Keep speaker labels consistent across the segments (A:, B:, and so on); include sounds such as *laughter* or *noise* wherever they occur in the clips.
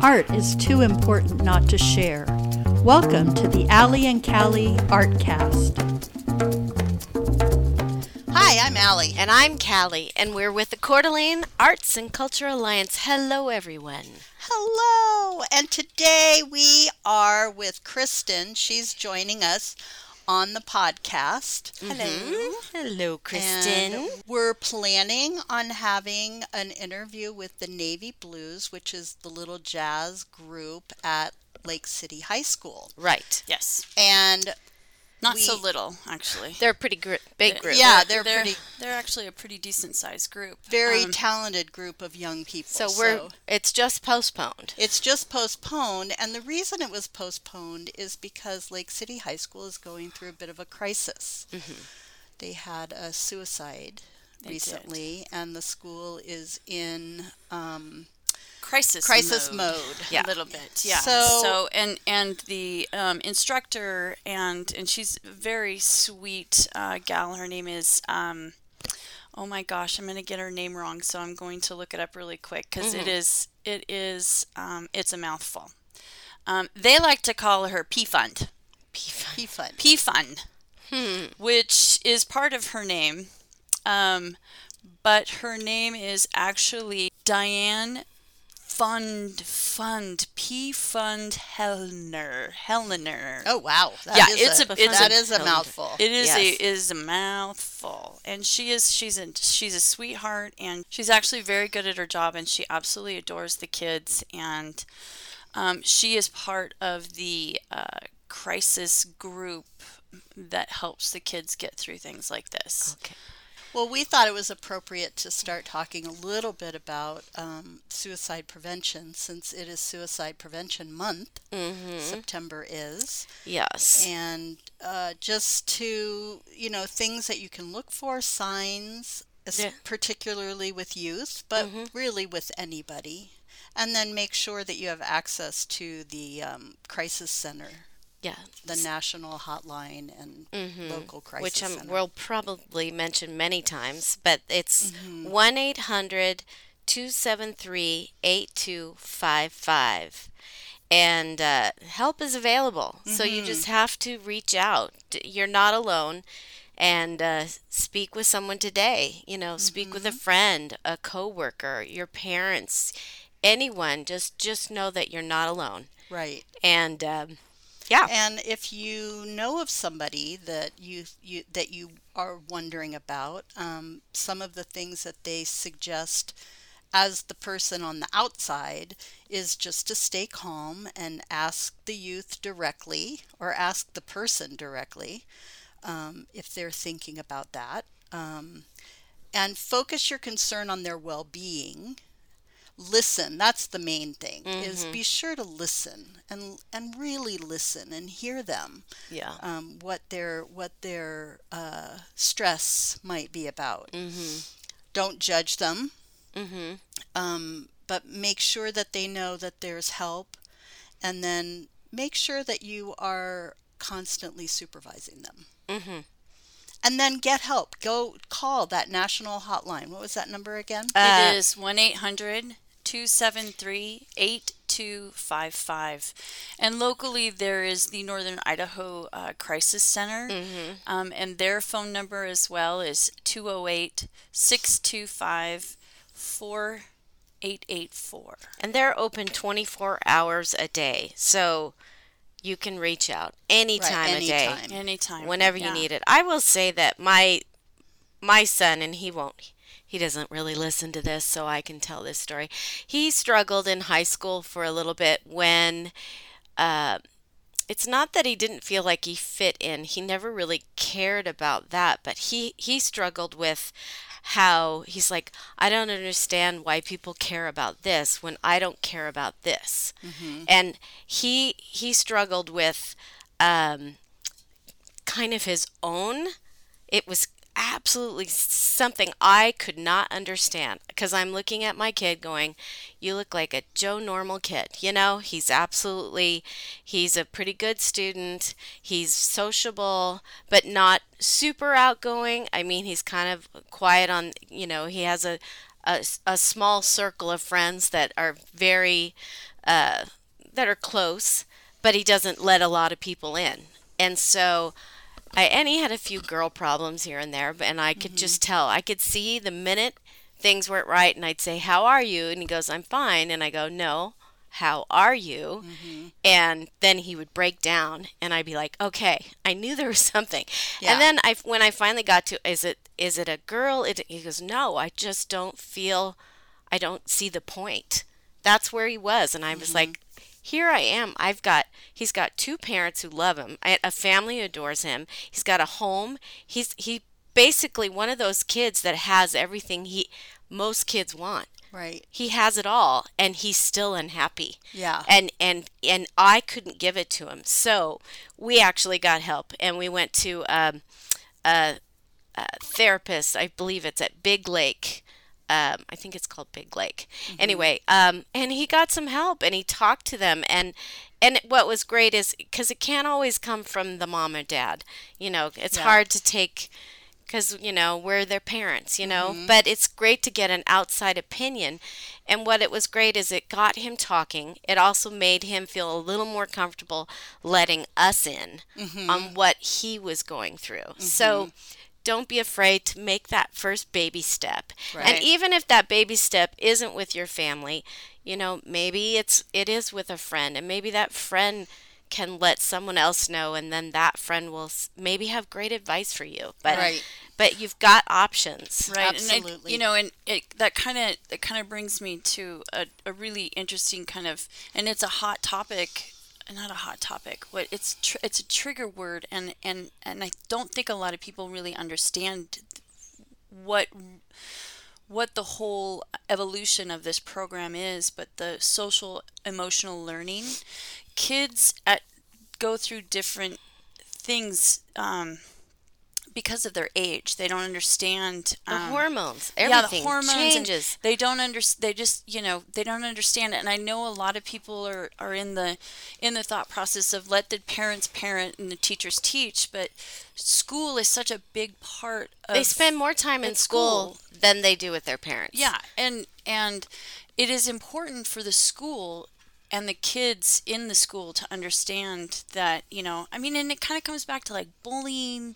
A: Art is too important not to share. Welcome to the Allie and Callie Artcast.
B: Hi, I'm Allie.
C: And I'm Callie, and we're with the Coeur d'Alene Arts and Culture Alliance. Hello, everyone.
B: Hello. And today we are with Kristen. She's joining us on the podcast. Mm-hmm.
C: Hello. Hmm? Hello, Kristen.
B: And we're planning on having an interview with the Navy Blues, which is the little jazz group at Lake City High School.
C: Right.
D: Yes.
B: And
D: Not so
B: We-
D: little, actually.
C: They're a pretty gr- big group.
B: yeah, they're, pretty
D: They're actually a pretty decent sized group.
B: very
D: Um,
B: talented group of young people.
C: So we're it's just postponed.
B: It's just postponed, and the reason it was postponed is because Lake City High School is going through a bit of a crisis. They had a suicide
D: Mm-hmm. They
B: recently, and the school is in um,
D: crisis
B: crisis
D: mode.
B: mode. *laughs*
C: Yeah.
D: A little bit, yeah.
B: So-
D: So, and and the um, instructor and and she's a very sweet uh, gal. Her name is um, oh my gosh, I'm gonna get her name wrong, so I'm going to look it up really quick because
B: Mm-hmm.
D: is it is um, it's a mouthful. Um, they like to call her P Fund.
B: P fun.
D: P Fun, which is part of her name. Um, but her name is actually Diane Fund Fund P Fund Hellner Hellner.
B: Oh wow! That
D: Yeah,
B: is
D: it's a- it's
B: that
D: a-
B: is a mouthful.
D: It is
C: Yes.
D: a is a mouthful, and she is she's a she's a sweetheart, and she's actually very good at her job, and she absolutely adores the kids, and um, she is part of the uh, crisis group that helps the kids get through things like this.
B: Well, we thought it was appropriate to start talking a little bit about um, suicide prevention since it is Suicide Prevention Month.
C: Mm-hmm.
B: September is.
C: Yes.
B: and uh, just to you know things that you can look for signs es-
C: Yeah. Mm-hmm.
B: particularly with youth but really with anybody and then make sure that you have access to the um, crisis center
C: yeah.
B: the national hotline and local crisis
C: Which um,
B: center.
C: we'll probably mention many times, but it's
B: Mm-hmm.
C: 1 800 273 8255. And uh, help is available. So
B: Mm-hmm.
C: you just have to reach out. D- You're not alone. And uh, speak with someone today. You know, speak
B: Mm-hmm.
C: with a friend, a coworker, your parents, anyone. Just just know that you're not alone.
B: right
C: And um, yeah,
B: and if you know of somebody that you, you that you are wondering about um, some of the things that they suggest as the person on the outside is just to stay calm and ask the youth directly or ask the person directly um, if they're thinking about that um, and focus your concern on their well-being listen that's the main thing is be sure to listen and and really listen and hear them
C: yeah.
B: um, what their what their uh, stress might be about don't judge them um, but make sure that they know that there's help and then make sure that you are constantly supervising them and then get help go call that national hotline what was that number again
C: Uh,
D: it is 1 800 273 8255. And locally, there is the Northern Idaho uh, Crisis Center.
C: Mm-hmm.
D: Um, and their phone number as well is 208 625 4884.
C: And they're open 24 hours a day. So you can reach out any
B: Right,
C: time of day,
B: anytime.
D: Anytime.
C: whenever you need it. I will say that my my son and he won't he doesn't really listen to this, so I can tell this story. He struggled in high school for a little bit when uh it's not that he didn't feel like he fit in. He never really cared about that, but he he struggled with how he's like, I don't understand why people care about this when I don't care about this. And he he struggled with um kind of his own. It was absolutely something I could not understand because I'm looking at my kid going, You look like a Joe Normal kid. You know, he's absolutely, he's a pretty good student. He's sociable, but not super outgoing. I mean, he's kind of quiet on, you know, he has a, a, a small circle of friends that are very uh, that are close, but he doesn't let a lot of people in. And so, I, and he had a few girl problems here and there, but- and I could just tell. I could see the minute things weren't right, and I'd say, How are you? And he goes, I'm fine. And I go, No, how are you? And then he would break down, and I'd be like, Okay, I knew there was *laughs* something.
B: Yeah.
C: And then I, when I finally got to, Is it, is it a girl? It, he goes, No, I just don't feel, I don't see the point. That's where he was. And I was like, here I am. I've got he's got two parents who love him, I- a family who adores him. He's got a home. He's he basically one of those kids that has everything he most kids want.
B: Right.
C: He has it all and he's still unhappy.
B: Yeah.
C: And and and I couldn't give it to him. So, we actually got help and we went to um therapist. I believe it's at Big Lake. Um, I think it's called Big Lake. Anyway, um, and he got some help and he talked to them and and what was great is because it can't always come from the mom or dad. You know, it's hard to take because you know we're their parents. You know, but it's great to get an outside opinion. And what it was great is it got him talking. It also made him feel a little more comfortable letting us in on what he was going through. So don't be afraid to make that first baby step.
B: Right.
C: And even if that baby step isn't with your family, you know, maybe it's it is with a friend and maybe that friend can let someone else know and then that friend will s- maybe have great advice for you. But
B: Right.
C: but you've got options.
D: right and I-
B: Absolutely.
D: you know and it that kind of that kind of brings me to a, a really interesting kind of and it's a hot topic not a hot topic what it's tr- it's a trigger word and and and i don't think a lot of people really understand what what the whole evolution of this program is but the social emotional learning kids at go through different things um, because of their age they don't understand
C: The
D: um,
C: hormones,
D: yeah,
C: everything
D: the hormones and
C: changes.
D: They don't understand. They just, you know, they don't understand it. And I know a lot of people are, are in the in the thought process of let the parents parent and the teachers teach, but school is such a big part. of
C: they spend more time in
D: at
C: school, than they do with their parents.
D: yeah, and and it is important for the school and the kids in the school to understand that you know i mean and it kind of comes back to like bullying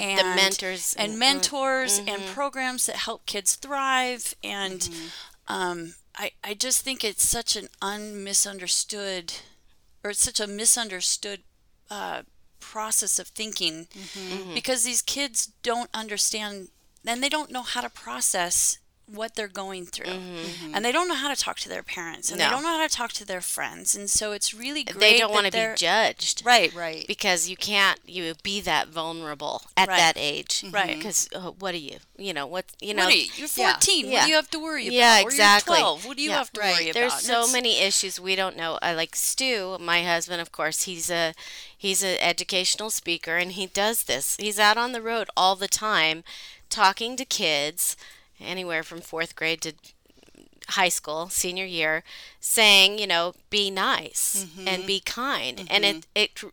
D: and
C: mentors
D: and,
C: and-
D: mentors and programs that help kids thrive and um, I, I just think it's such an unmisunderstood or it's such a misunderstood uh, process of thinking
B: Mm-hmm.
C: Mm-hmm.
D: because these kids don't understand and they don't know how to process what they're going through
B: Mm-hmm.
D: and they don't know how to talk to their parents and they
C: Mm-hmm. No.
D: don't know how to talk to their friends and so it's really great
C: They don't
D: that
C: want to
D: they're-
C: be judged.
D: right
B: Right.
C: because you can't you be that vulnerable at
D: Right.
C: that age
D: Right.
C: because uh, what are you you know what you know
D: what are you, you're 14 what
C: Yeah.
D: do you have to worry about
C: Yeah,
D: Or
C: exactly.
D: you're 12 what do you
C: Yeah.
D: have to
B: Right.
D: worry
C: there's
D: about And
C: so
D: it's-
C: many issues we don't know i like stu my husband of course he's a he's an educational speaker and he does this he's out on the road all the time talking to kids anywhere from fourth grade to high school senior year saying you know be nice
D: Mm-hmm.
C: and be kind and it it tr-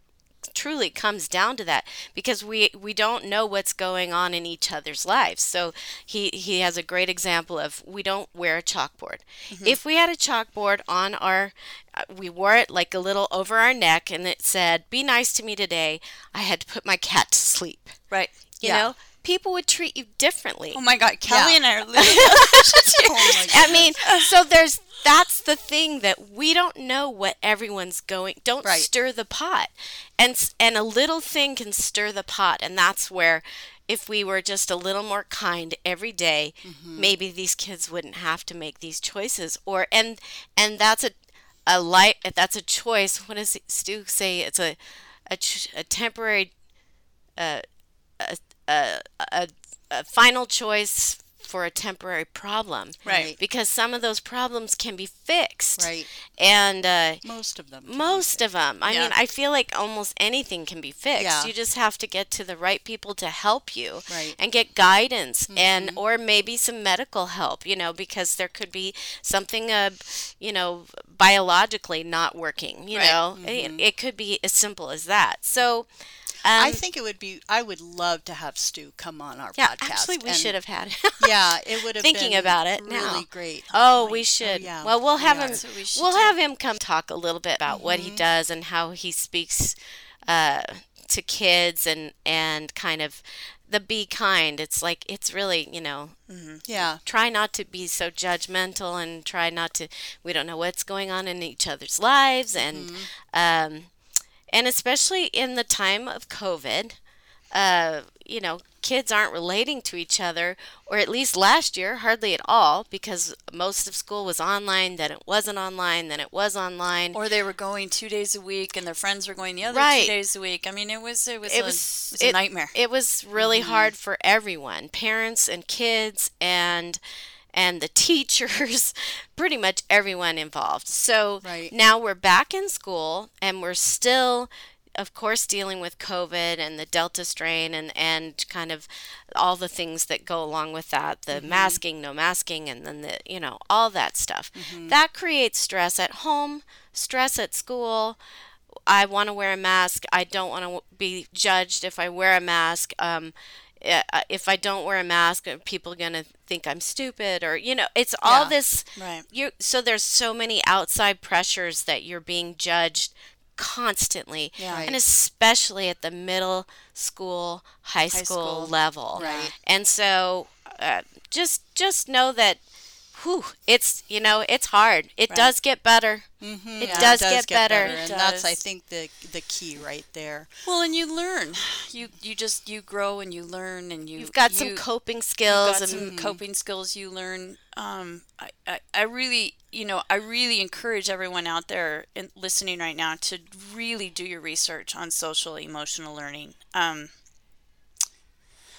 C: truly comes down to that because we we don't know what's going on in each other's lives so he he has a great example of we don't wear a chalkboard
D: Mm-hmm.
C: if we had a chalkboard on our uh, we wore it like a little over our neck and it said be nice to me today i had to put my *laughs* cat to sleep
D: right
C: you
D: yeah.
C: know people would treat you differently
D: Oh my God, Kelly
B: Yeah.
D: and I are literally
B: *laughs*
D: *laughs*
B: Oh my
C: I mean, so there's that's the thing that we don't know what everyone's going. Don't
B: Right.
C: stir the pot, and s- and a little thing can stir the pot, and that's where, if we were just a little more kind every day, maybe these kids wouldn't have to make these choices. Or and and that's a a light that's a choice. What does Stu say? It's a a, ch- a temporary a final choice for a temporary problem.
D: Right.
C: Because some of those problems can be fixed.
B: Right.
C: And uh,
B: Most of them. can.
C: most of them. I
D: Yeah.
C: mean, I feel like almost anything can be fixed.
B: Yeah.
C: You just have to get to the right people to help you
B: Right. Mm-hmm.
C: and get guidance and or maybe some medical help, you know, because there could be something uh, you know, biologically not working, you
D: Right.
C: know. It, it could be as simple as that. So
B: Mm-hmm.
C: um,
B: I think it would be. I would love to have Stu come on our
C: Yeah,
B: podcast.
C: actually, we
B: and-
C: should have had *laughs* him.
B: Yeah, it would have.
C: Thinking
B: been
C: about it
B: really
C: now.
B: great.
C: Oh,
B: Like,
C: we should.
B: yeah, Mm-hmm.
C: well, we'll
B: we
C: have
B: are.
C: him.
D: That's what we should
C: We'll
D: do.
C: have him come talk a little bit about what he does and how he speaks uh, to kids and and kind of the be kind. It's like it's really you know
B: Yeah,
C: try not to be so judgmental and try not to we don't know what's going on in each other's lives and um, and especially in the time of covid uh, you know kids aren't relating to each other or at least last year hardly at all because most of school was online then it wasn't online then it was online
D: Or they were going two days a week, and their friends were going the other
C: Right.
D: two days a week. I mean, it was it was a, it was a
C: it-
D: nightmare. Mm-hmm.
C: It was really hard for everyone, parents and kids and and the *laughs* teachers, pretty much everyone involved. So
B: Right.
C: now we're back in school and we're still of course dealing with COVID and the Delta strain and, and kind of all the things that go along with that, the
B: Mm-hmm.
C: masking, no masking and then the you know, all that stuff.
B: Mm-hmm.
C: That creates stress at home, stress at school, I want to wear a mask. I don't want to be judged if I wear a mask. Um, i- uh, if I don't wear a mask, are people gonna think I'm stupid, or you know, it's all
B: Yeah,
C: this.
D: right.
C: You so there's so many outside pressures that you're being judged constantly,
D: Yeah.
C: and especially at the middle school, high, school,
D: school,
C: level.
B: right.
C: And so, uh, just just know that. Whew, it's you know it's hard. It does get better. Mm-hmm. It,
B: Yeah,
C: does get, better.
B: and
D: It
B: that's I
D: does.
B: think the the key right there.
D: Well, and you learn. You you just you grow and you learn and you
C: You've got some
D: you-
C: coping
D: got
C: skills and
D: some coping skills you learn. Um, I, I, I really, you know, I really encourage everyone out there in, listening right now to really do your research on social emotional learning. Um,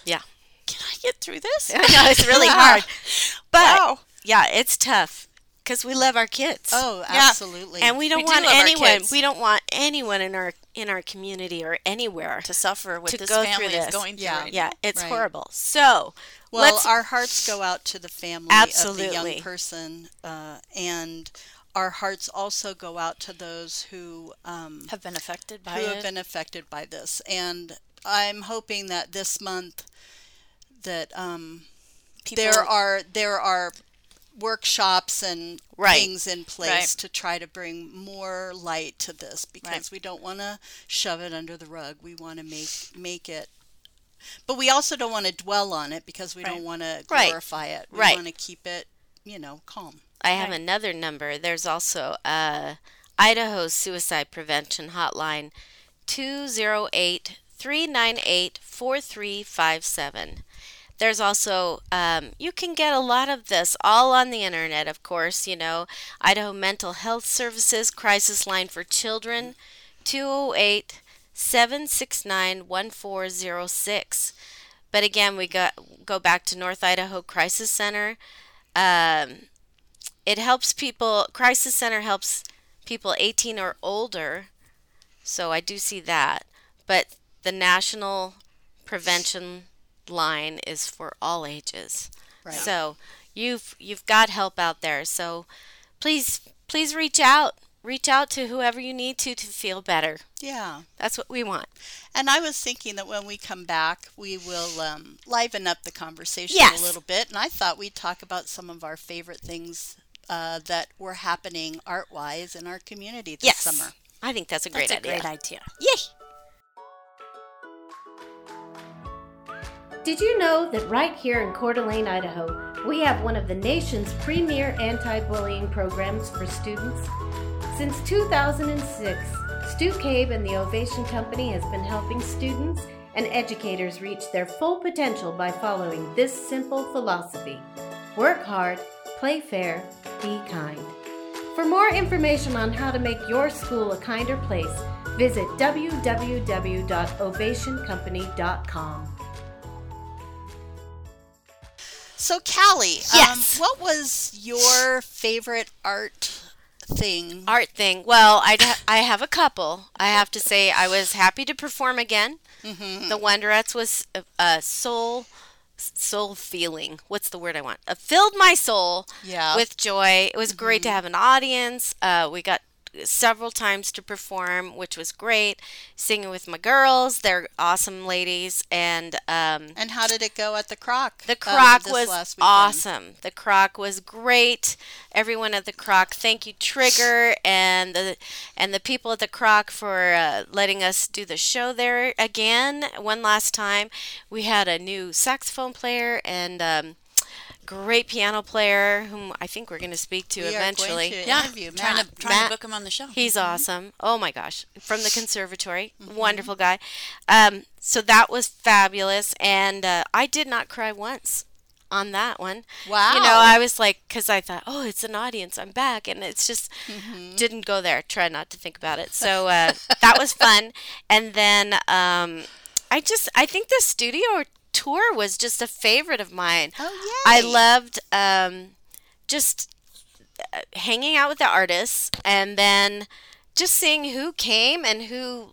C: yeah. *laughs*
D: can I get through this?
C: I know it's
D: *laughs*
C: really hard, but yeah, it's tough because we love our kids.
B: Oh,
D: Yeah.
B: absolutely.
C: and we don't
D: We do
C: want
D: love our
C: anyone.
D: kids.
C: We don't want anyone in our in our community or anywhere.
D: To suffer what
C: To
D: this
C: go through
D: family is
C: this.
D: going through.
B: Yeah.
D: right
C: yeah, it's
B: Right.
C: horrible. So
B: Well,
C: let's
B: our hearts go out to the family of the
C: Absolutely.
B: young person, uh, and our hearts also go out to those who um,
D: now. have been affected by
B: who
D: it.
B: have been affected by this. And I'm hoping that this month that um,
D: People-
B: there are there are workshops and
C: Right.
B: things in place
D: Right.
B: to try to bring more light to this because we don't want to shove it under the rug. We want to make make it but we also don't want to dwell on it because we
D: Right.
B: don't want to
C: Right.
B: glorify it. We
C: Right.
B: want to keep it, you know, calm.
C: I have another number. There's also uh, Idaho Suicide Prevention Hotline 208 398 4357. There's also, um, you can get a lot of this all on the internet, of course. You know, Idaho Mental Health Services Crisis Line for Children 208 769 1406. But again, we go, go back to North Idaho Crisis Center. Um, it helps people crisis center helps people 18 or older so i do see that but the national prevention line is for all ages
B: Right.
C: so you've you've got help out there so please please reach out reach out to whoever you need to to feel better
B: Yeah.
C: that's what we want
B: And I was thinking that when we come back, we will um, liven up the conversation
C: Yes.
B: a little bit. And I thought we'd talk about some of our favorite things uh, that were happening art wise in our community this
C: yes
B: summer.
C: i think that's a great
D: That's a
C: idea
D: great idea.
C: yay
E: Did you know that right here in Coeur d'Alene, Idaho, we have one of the nation's premier anti bullying programs for students? Since 2006, Stu Cave and the Ovation Company has been helping students and educators reach their full potential by following this simple philosophy work hard, play fair, be kind. For more information on how to make your school a kinder place, visit www.ovationcompany.com.
B: So, Callie,
C: Yes.
B: um, what was your favorite art thing?
C: art thing. Well, I I have a couple. I have to say, I was happy to perform again. The Wonderettes was a, a soul soul feeling. What's the word I want? Uh, filled my soul
B: Yeah.
C: with joy. It was great to have an audience. Uh, we got several times to perform, which was great. Singing with my girls, they're awesome ladies, and um,
B: And how did it go at the Croc?
C: the
B: um,
C: croc
B: this
C: was
B: last weekend?
C: awesome. The croc was great. Everyone at the croc, thank you, Trigger, and the and the people at the croc for uh, letting us do the show there again one last time. We had a new saxophone player and um, great piano player, whom I think we're going to speak to
B: We are going
C: eventually.
B: to
D: Yeah,
B: interview
D: trying
B: Matt.
D: to trying
C: Matt.
D: to book him on the show.
C: He's
B: Mm-hmm.
C: awesome. Oh my gosh, from the conservatory, wonderful guy. Um, so that was fabulous, and uh, I did not cry once on that one. You know,
B: Wow.
C: I was like, because I thought, oh, it's an audience, I'm back, and it's just
B: Mm-hmm.
C: didn't go there. Try not to think about it.
B: *laughs*
C: So uh, that was fun, and then um, I just I think the studio tour was just a favorite of mine.
B: Oh,
C: I
B: yay.
C: loved um, just hanging out with the artists and then just seeing who came and who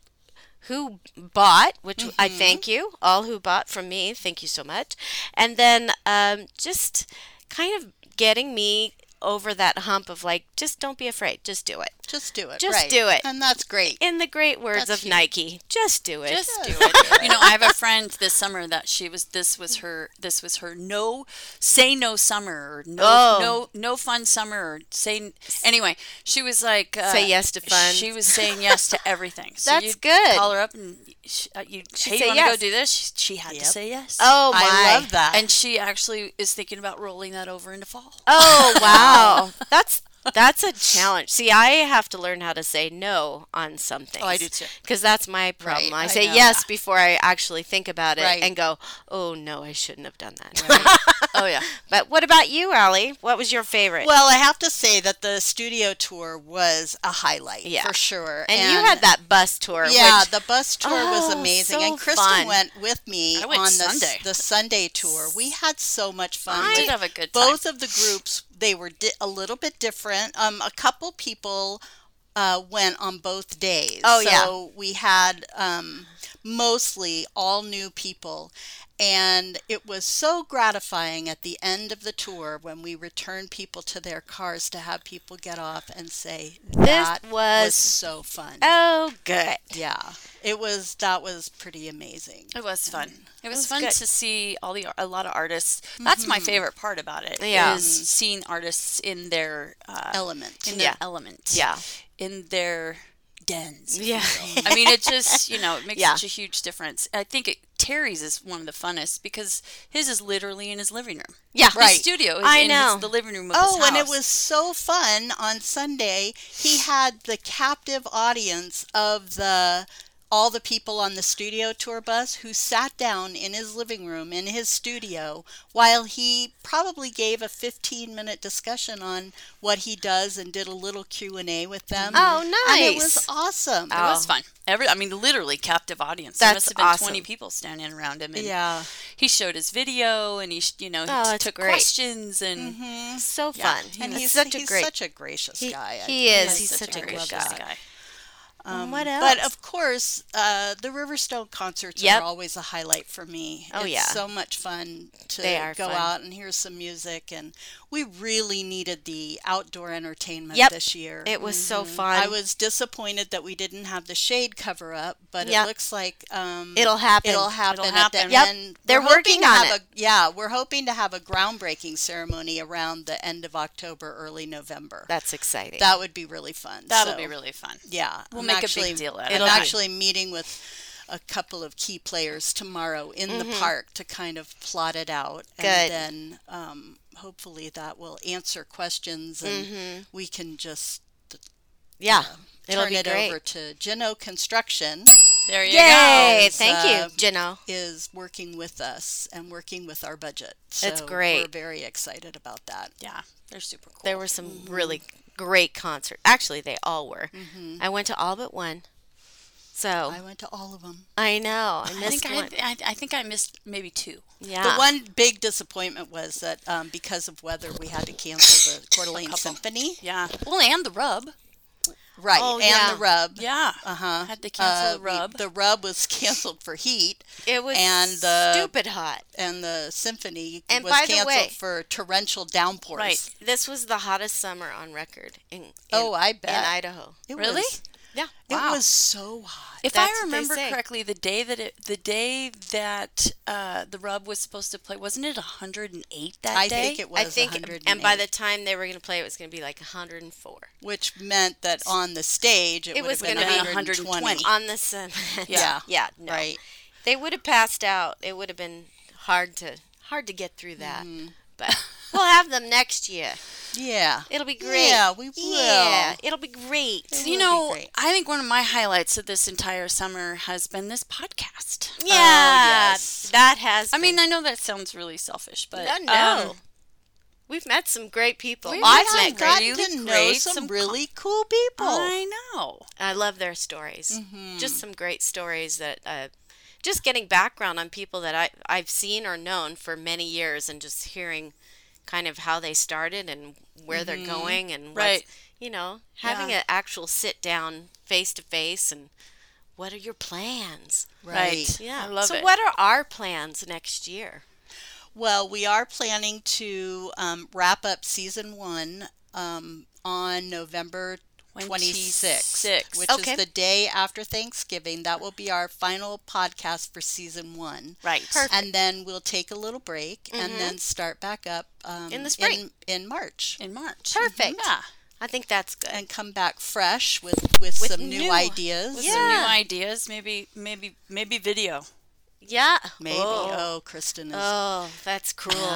C: who bought which i
B: Mm-hmm.
C: thank you all who bought from me thank you so much and then um, just kind of getting me over that hump of like just don't be afraid just do it
B: Just do it.
C: Just
B: right.
C: do it.
B: And that's great.
C: in the great words
B: That's
C: of
B: huge.
C: nike just do it
D: Just do it. *laughs* You know, I have a friend this summer that she was. This was her. This was her. No, say no summer. Or no,
C: Oh.
D: no, no fun summer. Or say anyway. She was like uh,
C: Say yes to fun.
D: She was saying yes to everything. So
C: That's
D: you'd
C: good.
D: Call her up and she, uh, you.
C: say
D: Hey, you want to
C: yes.
D: go do this? She, she had to say yes.
C: oh my
B: I love that.
D: And she actually is thinking about rolling that over into fall.
C: Oh wow, that's that's a challenge. See, I have to learn how to say no on something.
D: Oh, I do too.
C: Because that's my problem.
B: Right,
C: I
B: I
C: say
B: know.
C: yes before I actually think about it
B: Right.
C: and go, "Oh no, I shouldn't have done that." oh yeah. But what about you, Allie? What was your favorite?
B: Well, I have to say that the studio tour was a highlight
C: Yeah.
B: for sure.
C: and, you had that bus tour.
B: Yeah,
C: which-
B: the bus tour was
C: Oh,
B: amazing,
C: so
B: and Kristen
C: fun.
B: went with me
D: I went
B: on the s-
D: Sunday.
B: the Sunday tour. We had so much fun.
D: I
B: We-
D: did have a good
B: Both of the groups, they were di- a little bit different. Um, a couple people uh, went on both days.
C: Oh,
B: so
C: yeah.
B: we had um, mostly all new people. And it was so gratifying at the end of the tour when we returned people to their cars to have people get off and say, That
C: was-
B: was so fun.
C: oh good.
B: Yeah, it was. That was pretty amazing.
C: Oh.
D: It was fun. It was,
C: was
D: fun
C: good. Mm-hmm.
D: to see all the a lot of artists. That's my favorite part about it.
C: Yeah.
D: is seeing artists in their uh,
B: Element.
D: in
C: Yeah.
D: their element.
C: Yeah.
D: in their dens.
C: Yeah.
D: I mean, it just you know it makes
C: Yeah.
D: such a huge difference. I think it, Terry's is one of the funnest because his is literally in his living room.
C: Yeah.
D: His
B: Right.
D: studio is
C: I
D: in
C: know.
D: His, the living room of his
B: Oh,
D: house.
B: and it was so fun on Sunday. He had the captive audience of the all the people on the studio tour bus who sat down in his living room in his studio while he probably gave a 15 minute discussion on what he does and did a little Q&A with them.
C: Oh,
B: And it
C: nice.
B: was awesome.
D: It was fun. Every, I mean, literally captive audience.
C: Oh. That's
D: there must have been twenty
C: awesome.
D: people standing around him. And
B: Yeah.
D: he showed his video, and he, sh- you know, he
C: Oh,
D: t-
C: that's
D: took
C: great.
D: questions, and
C: so
D: Yeah.
C: fun.
B: And he's
C: such a
B: he's
C: great
B: such a gracious
C: he,
B: guy. I
C: he is. He's,
D: He's
C: such, a great
D: gracious
C: guy.
B: Um,
C: what else?
B: But of course, uh, the Riverstone concerts
C: Yep.
B: are always a highlight for me.
C: Oh,
B: it's
C: yeah.
B: so much fun to
C: They are
B: go
C: fun.
B: out and hear some music, and we really needed the outdoor entertainment
C: Yep.
B: this year.
C: It was so fun.
B: I was disappointed that we didn't have the shade cover up, but
C: Yep.
B: it looks like um,
C: It'll happen.
B: It'll happen.
D: It'll
B: at the
D: happen.
C: Yep.
B: end.
C: They're
B: We're hoping
C: working
B: to
C: on
B: have
C: it.
B: A, yeah, we're hoping to have a groundbreaking ceremony around the end of October, early November.
C: That's exciting.
B: that would be really fun.
D: That'll
B: So-
D: be really fun.
B: yeah,
D: We'll
B: I'm
D: make a big
B: actually-
D: deal out of
B: I'm
D: it.
B: actually meeting with a couple of key players tomorrow in the park to kind of plot it out,
C: Good.
B: and then um, hopefully that will answer questions, and we can just
C: yeah. It'll
B: turn
C: be
B: it
C: great.
B: over to Geno Construction
D: There you
C: Yay!
B: is,
C: Thank
B: uh,
C: you, Gino.
B: is working with us and working with our budget. So
C: That's great.
B: We're very excited about that.
D: go. Yeah, they're super cool.
C: There were some really great concerts. Actually, they all were.
B: Mm-hmm.
C: I went to all but one. So
B: I went to all of them.
C: I, know I
D: I think
C: missed
D: I,
C: one.
D: I, I think I missed maybe two.
C: yeah,
B: The one big disappointment was that um, because of weather, we had to cancel the Coeur d'Alene Symphony.
D: Yeah. Well, and the rub.
B: Right,
C: Oh,
B: and
C: yeah.
B: the rub.
D: Yeah.
B: Uh huh.
D: Had to cancel the rub.
B: The rub was *laughs* canceled for heat,
C: It was
B: And the-
C: stupid hot.
B: and the symphony
C: And
B: was
C: by the
B: canceled
C: way-
B: for torrential downpours.
D: Right.
C: This was the hottest summer on record in, in
B: Oh, I
C: in
B: bet.
C: Idaho.
B: It
D: Really?
B: was-
C: Yeah.
B: It was so hot.
D: If
C: That's
D: I
C: what they
D: remember
C: say.
D: correctly, the day that it, the day that uh, the rub was supposed to play, wasn't it 108 that
B: I
D: day?
B: think it was
C: I think,
B: 108,
C: and by the time they were going to play, it was going to be like 104
B: which meant that on the stage it,
C: It
B: would
C: was
B: have been
C: gonna be
B: 120.
D: 120.
C: on the sun.
B: Yeah.
C: *laughs* yeah, no.
B: Right.
C: They would have passed out. It would have been hard to hard to get through that. But *laughs* we'll have them next year.
B: Yeah.
C: It'll be great.
B: Yeah, we will.
C: Yeah, it'll be great.
B: It
D: you
B: would be
D: know,
B: great.
D: I think one of my highlights of this entire summer has been this podcast.
C: Yeah,
B: yes.
C: that has.
D: I mean,
C: been-
D: I know that sounds really selfish, but um,
C: no, no. we've met some great people.
D: We've
C: I've
D: met
C: met
B: I've
C: great.
D: some
B: gotten
D: really
B: to know
D: great,
B: some,
D: some
B: really cool people.
D: um, I know.
C: I love their stories.
D: Mm-hmm.
C: Just some great stories that, uh, just getting background on people that I I've seen or known for many years, and just hearing, kind of how they started and where they're going, and what's,
D: Mm-hmm. Right.
C: you know, having an actual sit down face to face, and what are your plans?
D: Right.
C: Yeah,
D: I love
C: so
D: it.
C: what are our plans next year?
B: Well, we are planning to um, wrap up season one um, on November 26th,
D: 26th.
B: which
C: Okay.
B: is the day after Thanksgiving. That will be our final podcast for season one.
D: Right.
B: And then we'll take a little break and then start back up um,
C: In the spring.
B: in, in March.
D: In March.
C: Perfect.
D: Yeah.
C: I think that's good.
B: and come back fresh with, with,
C: With
B: some new,
C: new-
B: ideas.
D: With
C: Yeah.
D: some new ideas, maybe maybe maybe video.
C: yeah.
B: Maybe.
D: uh,
C: Oh,
B: Oh, Kristen is. *laughs*
C: Oh, that's cruel.
D: *laughs*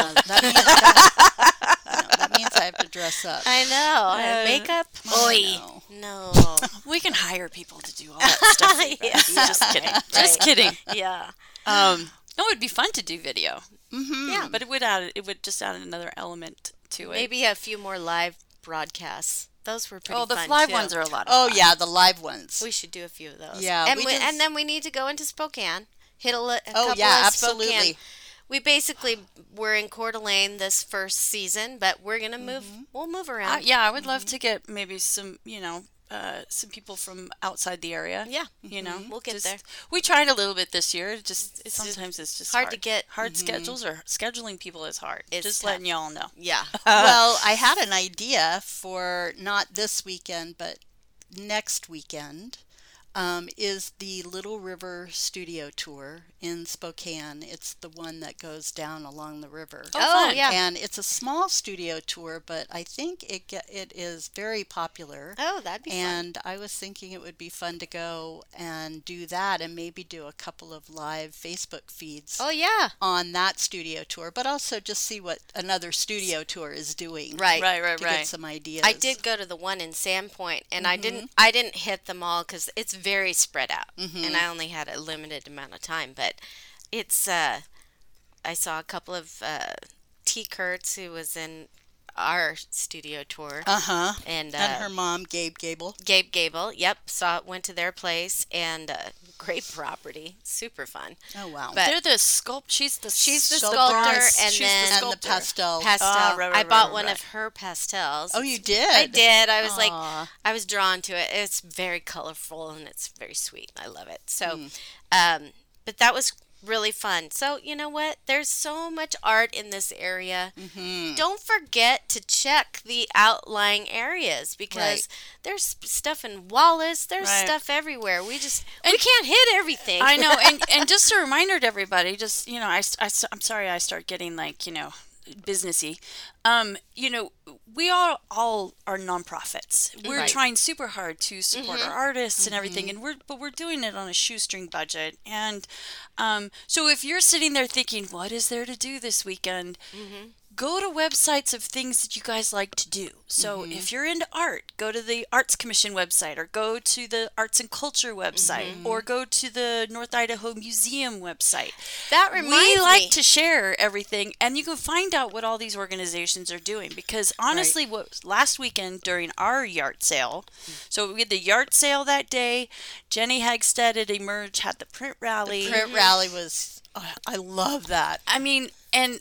B: Uh, that, means that- no, that means I have to dress up.
C: I know.
D: Uh,
C: and makeup. Oi.
B: no.
C: No.
D: *laughs* We can hire people to do all *laughs* that
C: *laughs*
D: stuff. for you guys. Just kidding. Just kidding.
C: yeah.
D: Um, no, it would be fun to do video.
B: Mm-hmm.
C: Yeah.
D: But it would add it would just add another element to it.
C: Maybe a few more live broadcasts. Those were pretty.
D: Oh, the
C: fun,
D: live
C: too.
D: ones are a lot. Of
B: Oh,
D: fun.
B: yeah, the live ones.
C: We should do a few of those.
B: Yeah,
C: and
B: we
C: we-
B: just-
C: and then we need to go into Spokane. Hit a, li- a
B: Oh,
C: couple
B: yeah,
C: of Spokane.
B: absolutely.
C: We basically were in Coeur d'Alene this first season, but we're gonna move. We'll move
D: Uh,
C: around.
D: yeah, I would
C: Mm-hmm.
D: love to get maybe some, you know, uh, some people from outside the area.
C: Yeah. Mm-hmm.
D: you know,
C: We'll get
D: just-
C: there.
D: We tried a little bit this year. Just
C: It's just
D: sometimes it's just
C: hard to get- Mm-hmm.
D: hard schedules or scheduling people is hard.
C: It's
D: just
C: tough.
D: letting y'all know.
C: Yeah.
B: well,
C: *laughs*
B: I had an idea for not this weekend, but next weekend um, is the Little River Studio Tour in Spokane. It's the one that goes down along the river.
C: Oh,
D: fun.
C: yeah.
B: And it's a small studio tour, but I think it get, it is very popular.
C: Oh, that'd be fun.
B: and I was thinking it would be fun to go and do that and maybe do a couple of live Facebook feeds
C: Oh yeah.
B: on that studio tour, but also just see what another studio tour is doing.
C: Right.
D: Right, right,
B: To
D: right.
B: get some ideas.
C: I did go to the one in Sandpoint, and I
D: Mm-hmm.
C: didn't I didn't hit them all because it's very spread out, and I only had a limited amount of time. But it's uh, I saw a couple of uh, T. Kurtz who was in our studio tour,
D: Oh,
B: Uh huh.
C: and, uh,
B: And her mom, Gabe Gable.
C: Gabe Gable. Yep, saw went to their place, and uh, great property, super fun.
B: Oh wow.
C: But-
D: They're the sculpt. She's the
C: She's the
D: sculpt-
C: sculptor,
D: bronze-
C: and
D: she's
C: then-
B: and
D: the
B: the
D: sculptor.
B: pastel.
C: Pastel.
D: Ah, right, right,
C: I bought
D: right,
C: one
D: right.
C: of her pastels.
B: oh, you did.
C: I did. I was
B: Aw.
C: like, I was drawn to it. It's very colorful and it's very sweet. I love it. So,
D: Mm.
C: um, but that was really fun. So, you know what? There's so much art in this area.
D: Mm-hmm.
C: Don't forget to check the outlying areas because
B: Right.
C: there's stuff in Wallace, there's
D: Right.
C: stuff everywhere. We just, we can't hit everything.
D: I know, and, and just a reminder to everybody, just you know, I, am sorry I start getting like you know, businessy. Um, you know, we all all are nonprofits. We're
B: Right.
D: trying super hard to support our artists and everything, and we're but we're doing it on a shoestring budget. And um, so if you're sitting there thinking, what is there to do this weekend? go to websites of things that you guys like to do. So if you're into art, go to the Arts Commission website or go to the Arts and Culture website or go to the North Idaho Museum website.
C: That reminds
D: we like
C: me.
D: to share everything and you can find out what all these organizations are doing because honestly what last weekend during our yard sale, so we had the yard sale that day, Jenny Hagstead at Emerge
C: Mm-hmm.
D: had the print rally.
B: Print rally was. oh, I love that.
D: I mean, and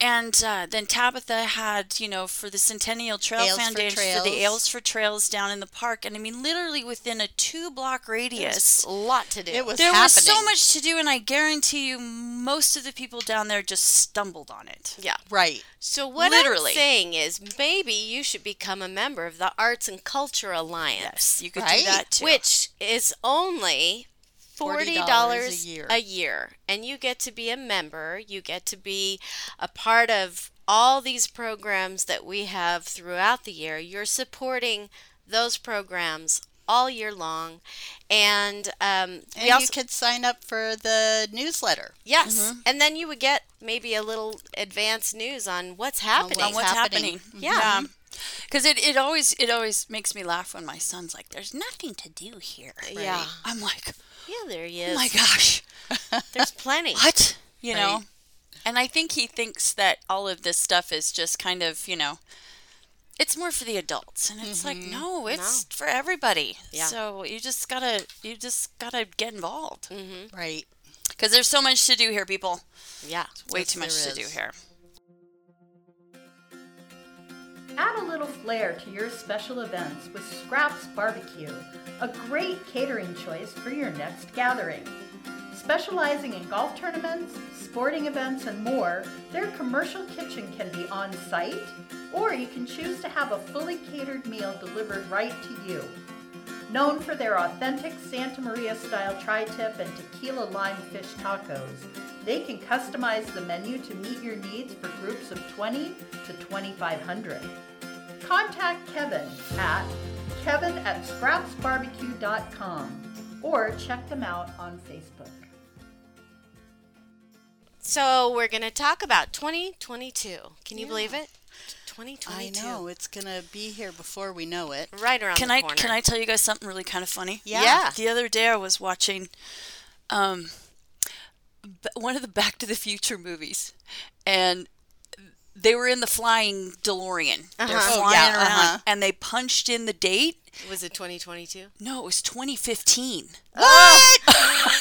D: and uh, then Tabitha had, you know, for the Centennial Trail
B: Ales for
D: Foundation for the
B: Trails.
D: Ales for Trails down in the park, and I mean, literally within a two-block radius,
C: A lot to do.
B: It was
D: there
B: happening.
D: was so much to do, and I guarantee you, most of the people down there just stumbled on it.
C: Yeah.
B: Right.
C: So what
D: Literally.
C: I'm saying is maybe you should become a member of the Arts and Culture Alliance,
D: You could do
B: Right?
D: that too.
C: which is only forty
B: $40
C: dollars
B: a year.
C: a year, and you get to be a member. You get to be a part of all these programs that we have throughout the year. You're supporting those programs all year long, and um, we
B: And
C: also
B: you could sign up for the newsletter.
C: yes, and then you would get maybe a little advance news on what's happening.
D: on what's happening.
C: Yeah.
B: Mm-hmm.
D: Because it, it always it always makes me laugh when my son's like, "There's nothing to do here."
C: Yeah.
D: I'm like,
C: Yeah, there he
D: "Oh
C: is.
D: my gosh,
C: There's plenty.
D: what?" You know. And I think he thinks that all of this stuff is just kind of you know, it's more for the adults, and it's like,
B: Mm-hmm.
D: no, it's for everybody.
C: Yeah.
D: So you just gotta you just gotta get involved
B: Mm.
D: because
C: Mm-hmm.
B: Right.
D: there's so much to do here, people.
C: Yeah.
D: Way
B: Yes,
D: too much
B: there
D: to do
B: is.
D: here.
E: Add a little flair to your special events with Scraps Barbecue, a great catering choice for your next gathering. Specializing in golf tournaments, sporting events, and more, their commercial kitchen can be on site, or you can choose to have a fully catered meal delivered right to you. Known for their authentic Santa Maria style tri tip and tequila lime fish tacos, they can customize the menu to meet your needs for groups of 20 to 2,500. Contact Kevin at kevin at scrapsbarbecue.com or check them out on Facebook.
C: So we're going to talk about 2022. Can you believe it? 2022.
B: I know it's gonna be here before we know
C: *laughs*
B: it.
C: Right around
D: Can
C: the
D: I
C: corner.
D: can I tell you guys something really kind of funny?
B: Yeah.
C: Yeah.
D: The other day I was watching um b- one of the Back to the Future movies and they were in the flying DeLorean. They're
C: Uh-huh.
D: flying
B: Oh, yeah,
D: around
B: uh-huh.
D: and they punched in the date.
C: Was it 2022?
D: *laughs* No, it was 2015.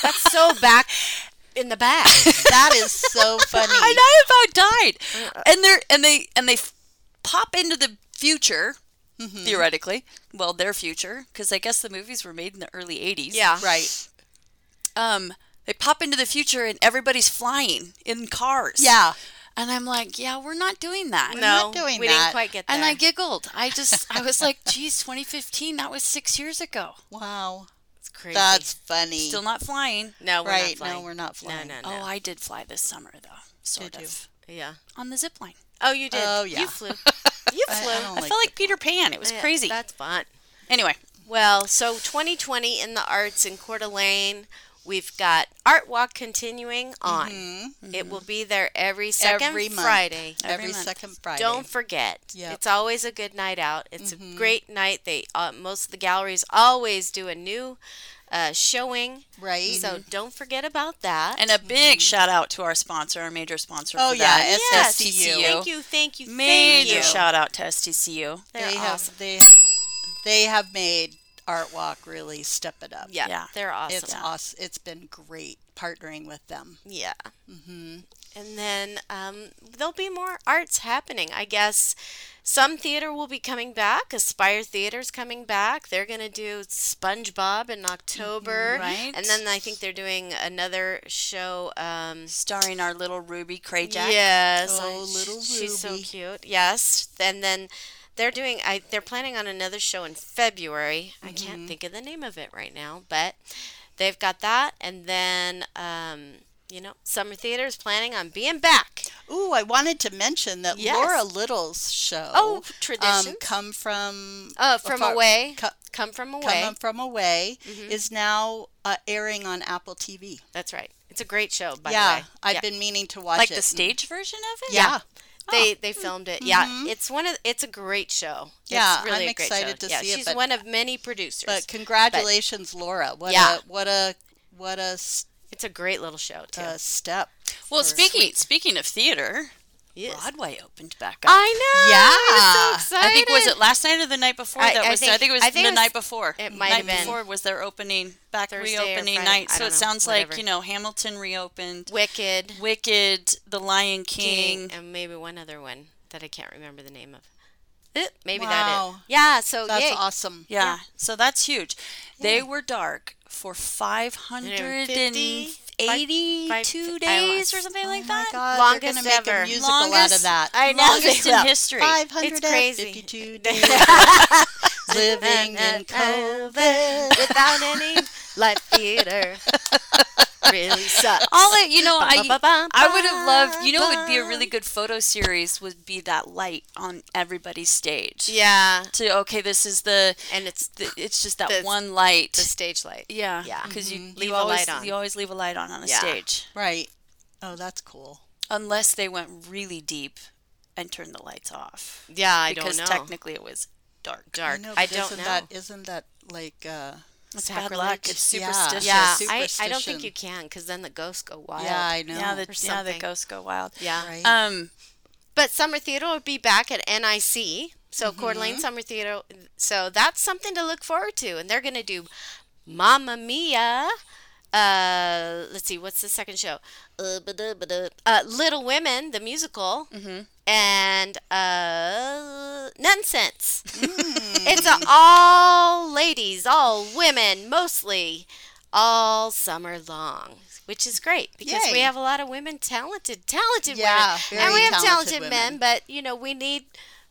C: That's so back in the
D: *laughs*
C: back.
B: *laughs* That is
C: *laughs*
B: so funny.
D: And I about
B: Uh-uh.
D: died. And they are and they and they f- pop into the future
B: Mm-hmm.
D: theoretically. Well, their future cuz I guess the movies were made in the early 80s.
C: Yeah.
B: Right.
D: um, they pop into the future and everybody's flying in cars.
B: Yeah.
D: And I'm like, yeah, we're not doing that.
C: No,
B: not doing
C: we didn't
B: that.
C: quite get there.
D: And I giggled. I just, I was like, *laughs* geez, 2015, that was six years ago.
B: Wow.
C: it's crazy.
B: That's funny.
D: Still not flying.
C: no, we're
B: right.
C: not flying.
B: No, we're not flying.
C: No, no,
D: Oh,
C: no.
D: I did fly this summer, though, sort
B: Did you?
D: of.
C: yeah.
D: On the zip line.
C: Oh, you did.
B: Oh, yeah.
C: You
D: *laughs*
C: flew. You
B: I- I
C: flew.
B: don't
D: I felt like Peter Pan. It was
C: Oh Yeah,
D: crazy.
C: That's fun.
D: Anyway,
C: Well, so 2020 in the arts in Coeur d'Alene, we've got Art Walk continuing on. It will be there every second
B: Mm-hmm. every month,
C: Friday.
B: Every,
D: Every month.
B: second Friday.
C: Don't forget.
B: Yep. Mm-hmm.
C: It's always a good night out. It's a great night. They uh, most of the galleries always do a new uh, showing,
B: right.
C: so don't forget about that.
D: and a big shout out to our sponsor, our major sponsor.
B: Oh,
D: for
B: yeah,
D: that,
B: Yes,
D: STCU.
C: thank you, thank you, thank
D: Major
C: you.
D: shout out to STCU.
C: They're
B: they
C: awesome.
B: have they they have made Art Walk really step it up.
C: yeah,
D: Yeah.
C: they're awesome.
B: It's awesome. It's been great partnering with them.
C: Yeah. And then um, there'll be more arts happening. I guess some theater will be coming back. Aspire Theater's coming back. They're going to do SpongeBob in October.
D: Right.
C: And then I think they're doing another show. Um,
D: Starring our little Ruby Krajak.
C: Yes. I-
B: Oh, little
C: She's so
B: Ruby.
C: cute. Yes. And then they're doing. I they're planning on another show in February. I
B: Mm-hmm.
C: can't think of the name of it right now, but they've got that. And then um, you know, summer theater is planning on being back.
B: Ooh, I wanted to mention that
C: Yes.
B: Laura Little's show.
C: Oh,
B: Um,
C: Traditions.
B: come from.
C: Uh, from
B: far-
C: away.
B: Co-
C: Come from away. Mm-hmm.
B: Come from away is now uh, airing on Apple TV.
C: That's right. It's a great show. By
B: yeah,
C: the way.
B: I've
C: Yeah.
B: been meaning to watch
D: Like
B: it.
D: the stage version of it?
B: Yeah. Yeah.
C: They they filmed it. Yeah, it's one of it's a great show. It's
B: Mm-hmm. Yeah,
C: really
B: I'm
C: a great
B: excited to
C: show. yeah,
B: see it,
C: She's
B: but-
C: one of many producers.
B: But congratulations, Laura. What
C: Yeah.
B: a what a what a, s-
C: it's a great little show too.
B: a step.
D: Well, speaking speaking of theater,
C: Yes.
D: Broadway opened back up.
C: I know.
B: Yeah.
C: I was
D: Yeah. I think was
C: excited.
D: it last night or the night before
C: I-
D: that
C: I
D: was. I
C: think-
D: think it was
C: I think
D: the
C: it was-
D: night before.
C: it might
D: night
C: have been
D: before was their opening back
C: Thursday or
D: reopening
C: Friday.
D: night.
C: I
D: So
C: don't
D: it
C: know.
D: sounds like
C: Whatever.
D: you know Hamilton reopened.
C: Wicked,
D: Wicked, The Lion
C: King,
D: King.
C: and maybe one other one that I can't remember the name of. Eh, Maybe that
B: Wow.
C: is. Yeah. So
B: That's
C: yay.
B: awesome.
D: Yeah. So that's huge. They were dark for 582
C: Five- I
D: days
C: lost-
D: or something like
B: Oh my
D: that.
B: God, they're
C: Longest
B: gonna make
C: ever.
B: a musical out
D: Longest-
B: of that.
C: I know, they
D: Longest in
C: will.
D: history.
B: Five
C: It's
B: hundred and
C: crazy.
B: fifty-two days
C: *laughs*
B: living in eh, COVID.
C: without any live theater. Really sucks.
D: All it, you know, I
C: Ba-ba-ba-bum,
D: I would have loved. You know, it would be a really good photo series. Would be that light on everybody's stage.
C: Yeah,
D: To okay, this is the
C: and it's the,
D: the- it's just that
C: The-
D: one light.
C: the stage light.
D: yeah,
C: yeah.
D: Because you
C: Leave
D: you
C: a
D: always,
C: light on.
D: You always leave a light on on a
C: Yeah.
D: stage,
B: Right. Oh, that's cool.
D: unless they went really deep and turned the lights off.
C: Yeah, I
D: because
C: don't know.
D: technically it was dark.
C: dark.
B: I, know,
C: I
B: but
C: don't
B: isn't
C: know.
B: That, isn't that like uh,
D: It's
C: Sacrilege.
D: bad luck. It's
B: Yeah.
D: superstitious.
C: yeah,
B: just
C: I, I don't think
B: superstition.
C: you can because then the ghosts go wild.
B: Yeah, I know.
D: Yeah,
C: Or
D: the, yeah, the
C: something.
D: ghosts go wild.
C: Yeah.
B: Right.
D: Um,
C: But summer theater will be back at NIC. So Coeur d'Alene Summer Theater. So that's something to look forward to, and they're going to do Mamma Mia. Uh, let's see, what's the second show? Uh, ba-da, ba-da. Uh, Little Women, the musical, and uh, Nonsense. It's a all ladies, all women, mostly all summer long, which is great because we
B: Yay.
C: have a lot of women, talented, talented
B: Yeah,
C: women,
B: very
C: and we have talented,
B: talented
C: men.
B: women.
C: But you know, we need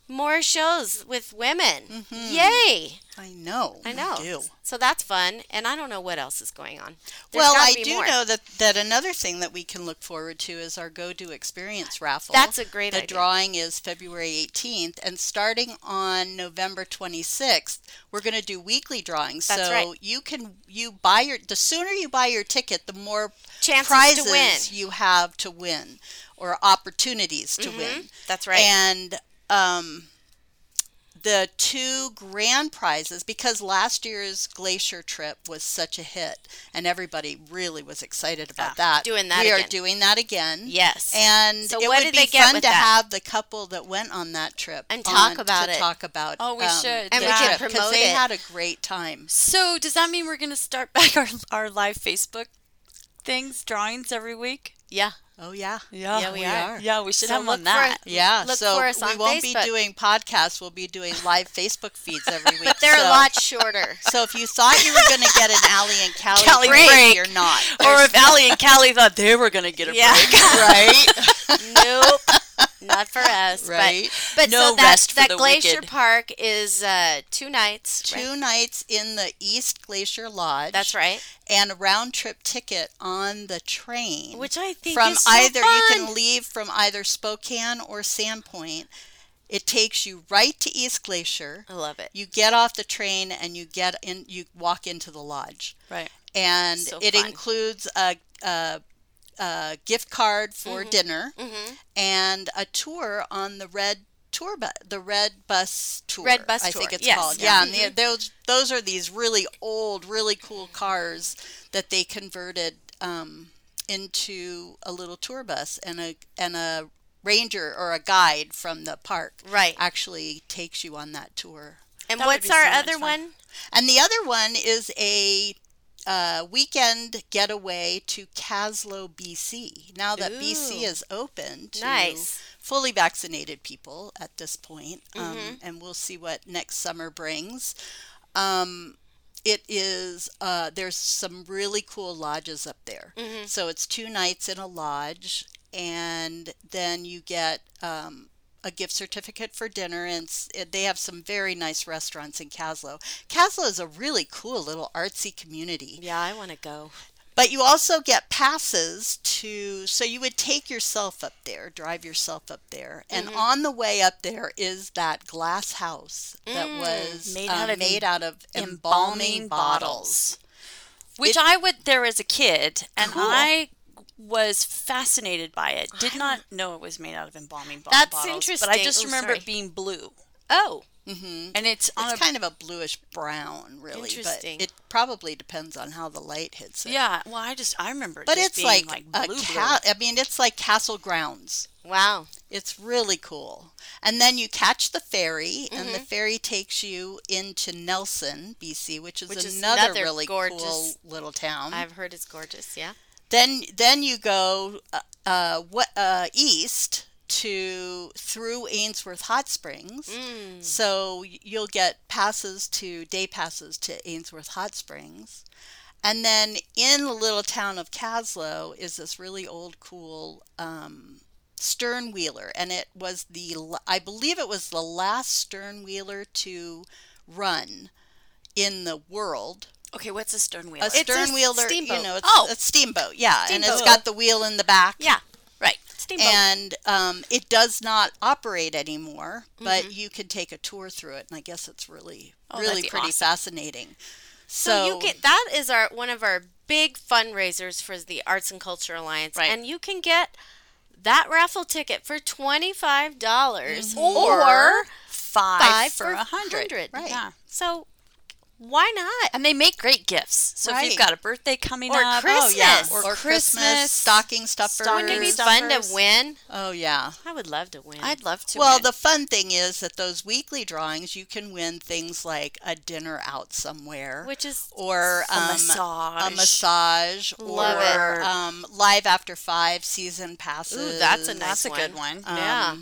C: more shows with women. Yay!
B: I know.
C: I
B: we
C: know.
B: do.
C: So that's fun, and I don't know what else is going on. There's
B: well,
C: gotta
B: I
C: be
B: do
C: more.
B: know that, that another thing that we can look forward to is our Go Do Experience raffle.
C: That's a great
B: The
C: idea.
B: drawing is February 18th, and starting on November 26th, we're going to do weekly drawings.
C: That's
B: so
C: right.
B: you can you buy your the sooner you buy your ticket, the more
C: Chances to
B: prizes
C: win.
B: you have to win or opportunities
C: Mm-hmm.
B: to win.
C: That's right.
B: And um, the two grand prizes, because last year's glacier trip was such a hit, and everybody really was excited about that.
C: Ah, doing that
B: we are
C: again.
B: doing that again.
C: Yes.
B: And
C: So
B: it
C: what
B: would
C: did
B: be
C: they get
B: fun
C: with
B: to
C: that?
B: have the couple that went on that trip
C: And talk
B: on
C: about
B: to
C: it.
B: Talk about. um,
D: Oh, we should.
C: And we
B: that
C: can
B: trip, 'cause
C: promote
B: they
C: it.
B: had a great time.
D: so does that mean we're gonna start *laughs* back our our live Facebook things drawings every week?
C: yeah.
B: Oh yeah.
C: Yeah, we we are. are.
D: Yeah, we should
C: So
D: have
C: look
D: one that.
C: for-
B: Yeah,
C: Look
B: so
C: for us
B: we
C: on
B: won't be
C: Facebook.
B: doing podcasts. We'll be doing live Facebook feeds every
C: *laughs*
B: week.
C: They're
B: so,
C: a lot *laughs* shorter.
B: So if you thought you were going to get an Allie and Callie,
D: Callie
B: break,
D: break.
B: you're
C: *laughs*
B: not.
D: *laughs* or if Allie and Callie thought they were gonna get a
C: yeah. *laughs*
B: right?
C: nope. Not for us.
B: Right.
C: But, but
D: No
C: so that,
D: rest for
C: that
D: the
C: Glacier
D: wicked.
C: Park is uh, two
B: *laughs*
C: nights.
B: Two
C: right?
B: nights in the East Glacier Lodge.
C: That's right.
B: And a round trip ticket on the train.
C: Which I think
B: from
C: is so
B: either you
C: fun.
B: can leave from either Spokane or Sandpoint. It takes you right to East Glacier.
C: I love it.
B: You get off the train and you get in. You walk into the lodge.
D: Right.
B: and
C: So
B: it
C: fun.
B: includes a, a, a gift card for
C: Mm-hmm.
B: dinner and a tour on the red tour bus, the red bus tour.
C: Red bus
B: I
C: tour,
B: think it's
C: yes. Mm-hmm.
B: called. Yeah, and the- those those are these really old, really cool cars that they converted um, into a little tour bus and a and a ranger or a guide from the park
C: Right.
B: actually takes you on that tour.
C: And
D: That would
C: what's
D: be
C: our
D: so much
C: other
D: fun.
C: one?
B: And the other one is a uh, weekend getaway to Caslow, BC. Now that BC
C: Ooh.
B: is open to
C: Nice.
B: fully vaccinated people at this point, um, and we'll see what next summer brings. Um, it is uh, there's some really cool lodges up there. So it's two nights in a lodge, and then you get um, a gift certificate for dinner, and s- they have some very nice restaurants in Caslow. Caslow is a really cool little artsy community.
C: Yeah, I want to go.
B: But you also get passes to, so you would take yourself up there, drive yourself up there. And
D: Mm-hmm.
B: on the way up there is that glass house that was
D: Mm, Made
B: um,
D: out of
B: made out of
D: embalming
B: embalming bottles.
D: Which I went there as a kid, and I was fascinated by it. Did not know it was made out of embalming bo-
C: That's
D: bottles. But I
C: interesting.
D: just
C: Oh,
D: remember
C: sorry.
D: it being blue,
C: Oh,
D: and it's on
B: It's
D: a
B: kind of a bluish brown, really.
C: Interesting.
B: But it probably depends on how the light hits it.
D: yeah. Well, I just I remember, it
B: But
D: just
B: it's
D: being
B: like,
D: like
B: a
D: blue, blue.
B: cat. I mean, it's like castle grounds.
C: Wow.
B: It's really cool. And then you catch the ferry, and
C: Mm-hmm.
B: the ferry takes you into Nelson, BC, which is,
C: Which is
B: another,
C: another
B: really
C: gorgeous-
B: cool little town.
C: I've heard it's gorgeous. Yeah.
B: Then then you go uh, uh, what uh, east to through Ainsworth Hot Springs. So y- you'll get passes to day passes to Ainsworth Hot Springs. And then in the little town of Caslow is this really old, cool um, stern wheeler, and it was the l- I believe it was the last stern wheeler to run in the world.
D: Okay, what's a stern wheel?
B: A stern wheeler,
C: steamboat.
B: you know, it's
C: Oh.
B: a steamboat, yeah, and it's
C: Steamboat.
B: got the wheel in the back.
C: Yeah.
D: right.
C: Steamboat.
B: And um, it does not operate anymore, but you could take a tour through it, and I guess it's really,
D: Oh, that'd
B: really
D: be
B: pretty
D: awesome.
B: fascinating. So,
C: So, you get that is our one of our big fundraisers for the Arts and Culture Alliance,
D: Right.
C: and you can get that raffle ticket for twenty five dollars
D: Or
C: Mm-hmm. or
D: five,
C: five
D: for a hundred.
C: Right.
D: Yeah.
C: So why not?
D: And they make great gifts. So if
B: Right.
D: you've got a birthday coming
C: Or
D: up,
C: Christmas.
D: oh, yeah.
C: Or
B: or Christmas, stocking stuffers.
C: Wouldn't it be fun to
D: Stuffers.
C: win?
B: Oh yeah.
C: I would love to win.
D: I'd love to.
B: Well,
D: win.
B: the fun thing is that those weekly drawings, you can win things like a dinner out somewhere,
C: Which is
B: or
D: A
B: um,
D: massage.
B: a massage,
C: Love it.
B: or um, live after five season passes. um,
C: nice
D: that's a good
C: one. Um,
D: one.
C: yeah.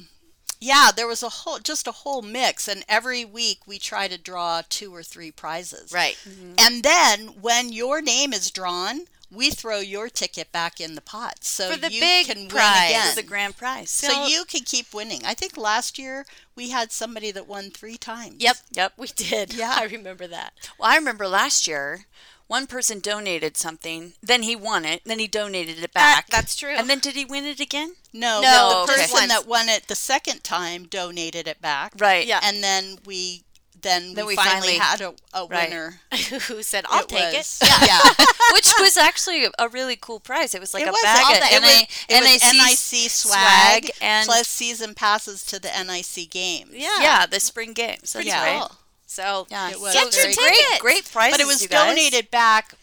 B: Yeah, there was a whole, just a whole mix, and every week we try to draw two or three prizes. Mm-hmm.
C: Right. *laughs*
B: And then when your name is drawn, we throw your ticket back in the pot, so
C: For the
B: you
C: big
B: can win
C: prize.
B: again.
D: It's the grand prize.
B: So you can keep winning. I think last year we had somebody that won three times.
C: Yep.
D: Yep.
C: We did.
B: Yeah.
C: *laughs* I remember that. *laughs*
D: Well, I remember last year, one person donated something, then he won it, then he donated it back.
C: that's true.
D: And then did he win it again?
B: No,
C: No,
B: no the
C: okay.
B: person
C: Once.
B: that won it the second time donated it back.
D: Right.
C: Yeah.
B: And then we then,
D: Then
B: we,
D: we
B: finally,
D: finally-
B: had a, a
D: Right.
B: winner.
C: Who said I'll take
B: was-
C: it?
B: *laughs* Yeah.
D: Which was actually a really cool prize. It was like
B: It
D: a
B: was
D: bag
B: all
D: of
B: that. It
D: NA
B: was, it was NIC swag,
D: and
B: plus season passes to the NIC games.
D: yeah. the spring games. That's
B: Yeah.
D: right.
C: So
D: Yeah,
B: It was
D: so
B: Get your
D: very great,
C: tickets.
D: great prizes.
B: But it was
D: you guys.
B: donated back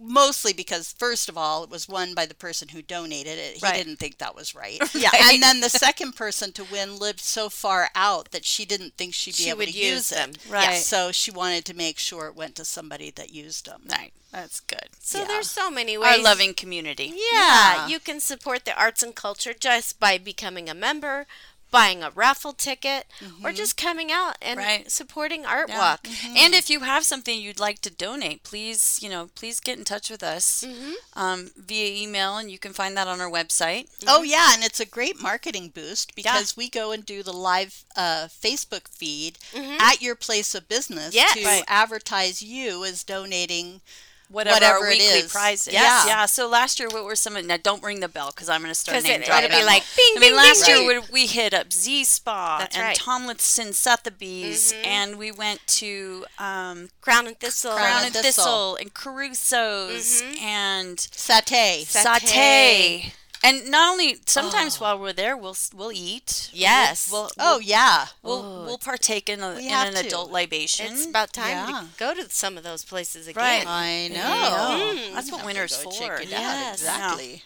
B: mostly because first of all it was won by the person who donated it he
D: Right.
B: didn't think that was right
D: Yeah.
B: and then the second person to win lived so far out that she didn't think she'd be
C: She
B: able
C: would
B: to
C: use
B: use,
C: them.
B: it
D: Right.
B: Yeah, so she wanted to make sure it went to somebody that used them
D: Right, that's good.
C: So
B: Yeah.
C: there's so many ways.
D: Our loving community.
C: Yeah,
B: Yeah.
C: you can support the arts and culture just by becoming a member, buying a raffle ticket, or just coming out and
D: Right.
C: supporting Art
D: Yeah.
C: Walk.
D: And if you have something you'd like to donate, please, you know, please get in touch with us um, via email, and you can find that on our website.
B: oh yeah and it's a great marketing boost because we go and do the live uh, facebook feed at your place of business
C: Yes.
B: to
C: Right.
B: advertise you as donating
D: Whatever,
B: Whatever
D: our
B: it
D: weekly
B: is.
D: prize is.
B: Yeah.
D: Yeah. So last year, what were some? of- Now, don't ring the bell because I'm going to start
C: 'Cause
D: name
C: it-
D: dropping.
C: it'll be like, bing,
D: I mean,
C: bing,
D: last
C: bing,
D: year we, we hit up Z Spa
C: That's
D: and
C: right.
D: Tomlinson Sotheby's, and we went to um,
C: Crown and Thistle.
D: Crown
B: Crown
D: and
B: and
D: Thistle.
B: Thistle.
D: and Caruso's and
B: satay
D: satay.
C: Satay.
D: And not only sometimes while we're there, we'll s- we'll eat.
C: Yes.
D: We'll, we'll,
B: oh yeah
D: we'll, we'll partake in, a,
B: We
D: in
B: have
D: an
B: to.
D: adult libation.
C: it's about time
B: Yeah.
C: to go to some of those places
D: Right.
C: again.
B: I know.
D: That's what winter's for.
B: yes.
D: Yeah.
B: exactly.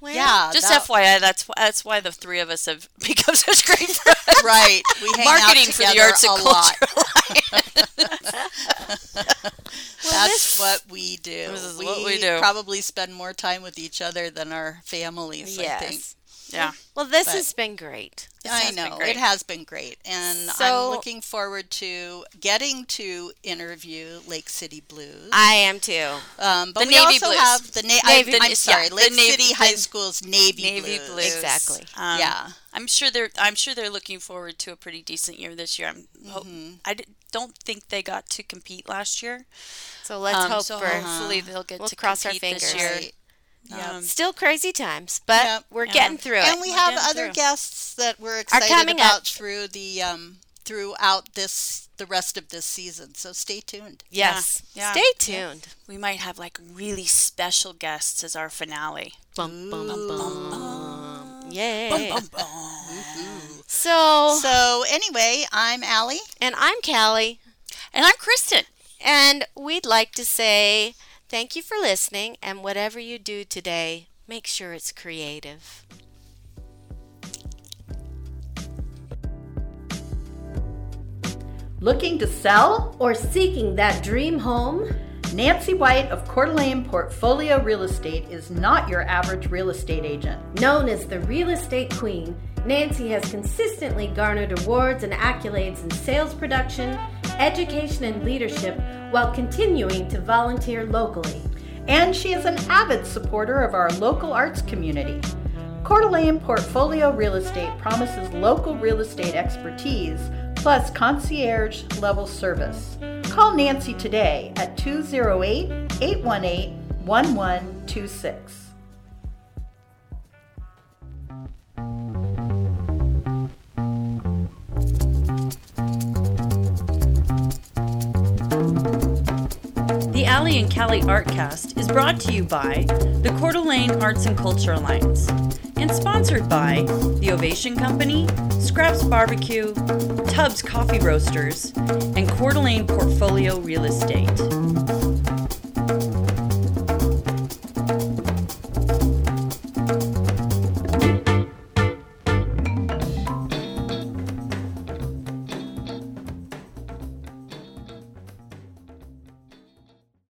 C: Well,
B: Yeah.
D: Just
B: that-
D: FYI, that's wh- that's why the three of us have *laughs* become such great friends.
B: *laughs* right. We hang
D: Marketing
B: out
D: for the
B: together
D: arts and
B: a lot.
D: culture.
B: *laughs* That's what we do.
D: This is what we do.
B: Probably spend more time with each other than our families. I think.
C: Yes.
D: yeah.
C: Well, this
B: But-
C: has been great.
B: I
D: has been
B: know
D: great.
B: it has been great, and
C: So-
B: I'm looking forward to getting to interview Lake City Blues.
C: I am too.
B: Um, but
D: Uh,
B: we
D: The Navy
B: also
D: Blues.
B: have the Navy.
D: Navy-
B: I'm
D: the-
B: sorry,
D: yeah, the
B: Lake
D: Navy-
B: City High
D: the
B: School's Navy,
D: Navy
B: Blues.
D: Blues.
C: Exactly.
D: Um,
B: Yeah.
D: I'm sure they're. I'm sure they're looking forward to a pretty decent year this year. I'm. ho- I di- don't think they got to compete last year.
C: So let's
D: Um,
C: hope
D: so
C: for
D: hopefully they'll get
C: We'll
D: to
C: cross our
D: compete this
C: fingers.
D: year.
B: Right.
D: Yeah.
B: Um,
C: still crazy times, but
B: Yep.
C: we're
D: Yeah.
C: getting through
B: and
C: it.
B: we
D: We're
B: have
D: getting
B: other
D: through.
B: guests that we're excited
C: coming
B: about
C: up.
B: through the um, throughout this the rest of this season. So stay tuned.
C: yes.
D: Yeah.
C: Stay tuned.
D: we might have like really special guests as our finale.
C: Bum, bum, bum, bum. Yay. so,
B: So anyway, I'm Allie.
C: and I'm Callie.
D: And I'm Kristen.
C: And we'd like to say thank you for listening. And whatever you do today, make sure it's creative.
B: Looking to sell?
C: or seeking that dream home?
B: Nancy White of Coeur d'Alene Portfolio Real Estate is not your average real estate agent.
C: Known as the real estate queen, Nancy has consistently garnered awards and accolades in sales production, education, and leadership while continuing to volunteer locally.
B: And she is an avid supporter of our local arts community. Coeur d'Alene Portfolio Real Estate promises local real estate expertise plus concierge level service. Call Nancy today at 208 818 1126.
D: The Alley and Cali Artcast is brought to you by the Coeur d'Alene Arts and Culture Alliance and sponsored by The Ovation Company, Scraps Barbecue, Tubbs Coffee Roasters, and Coeur d'Alene Portfolio Real Estate.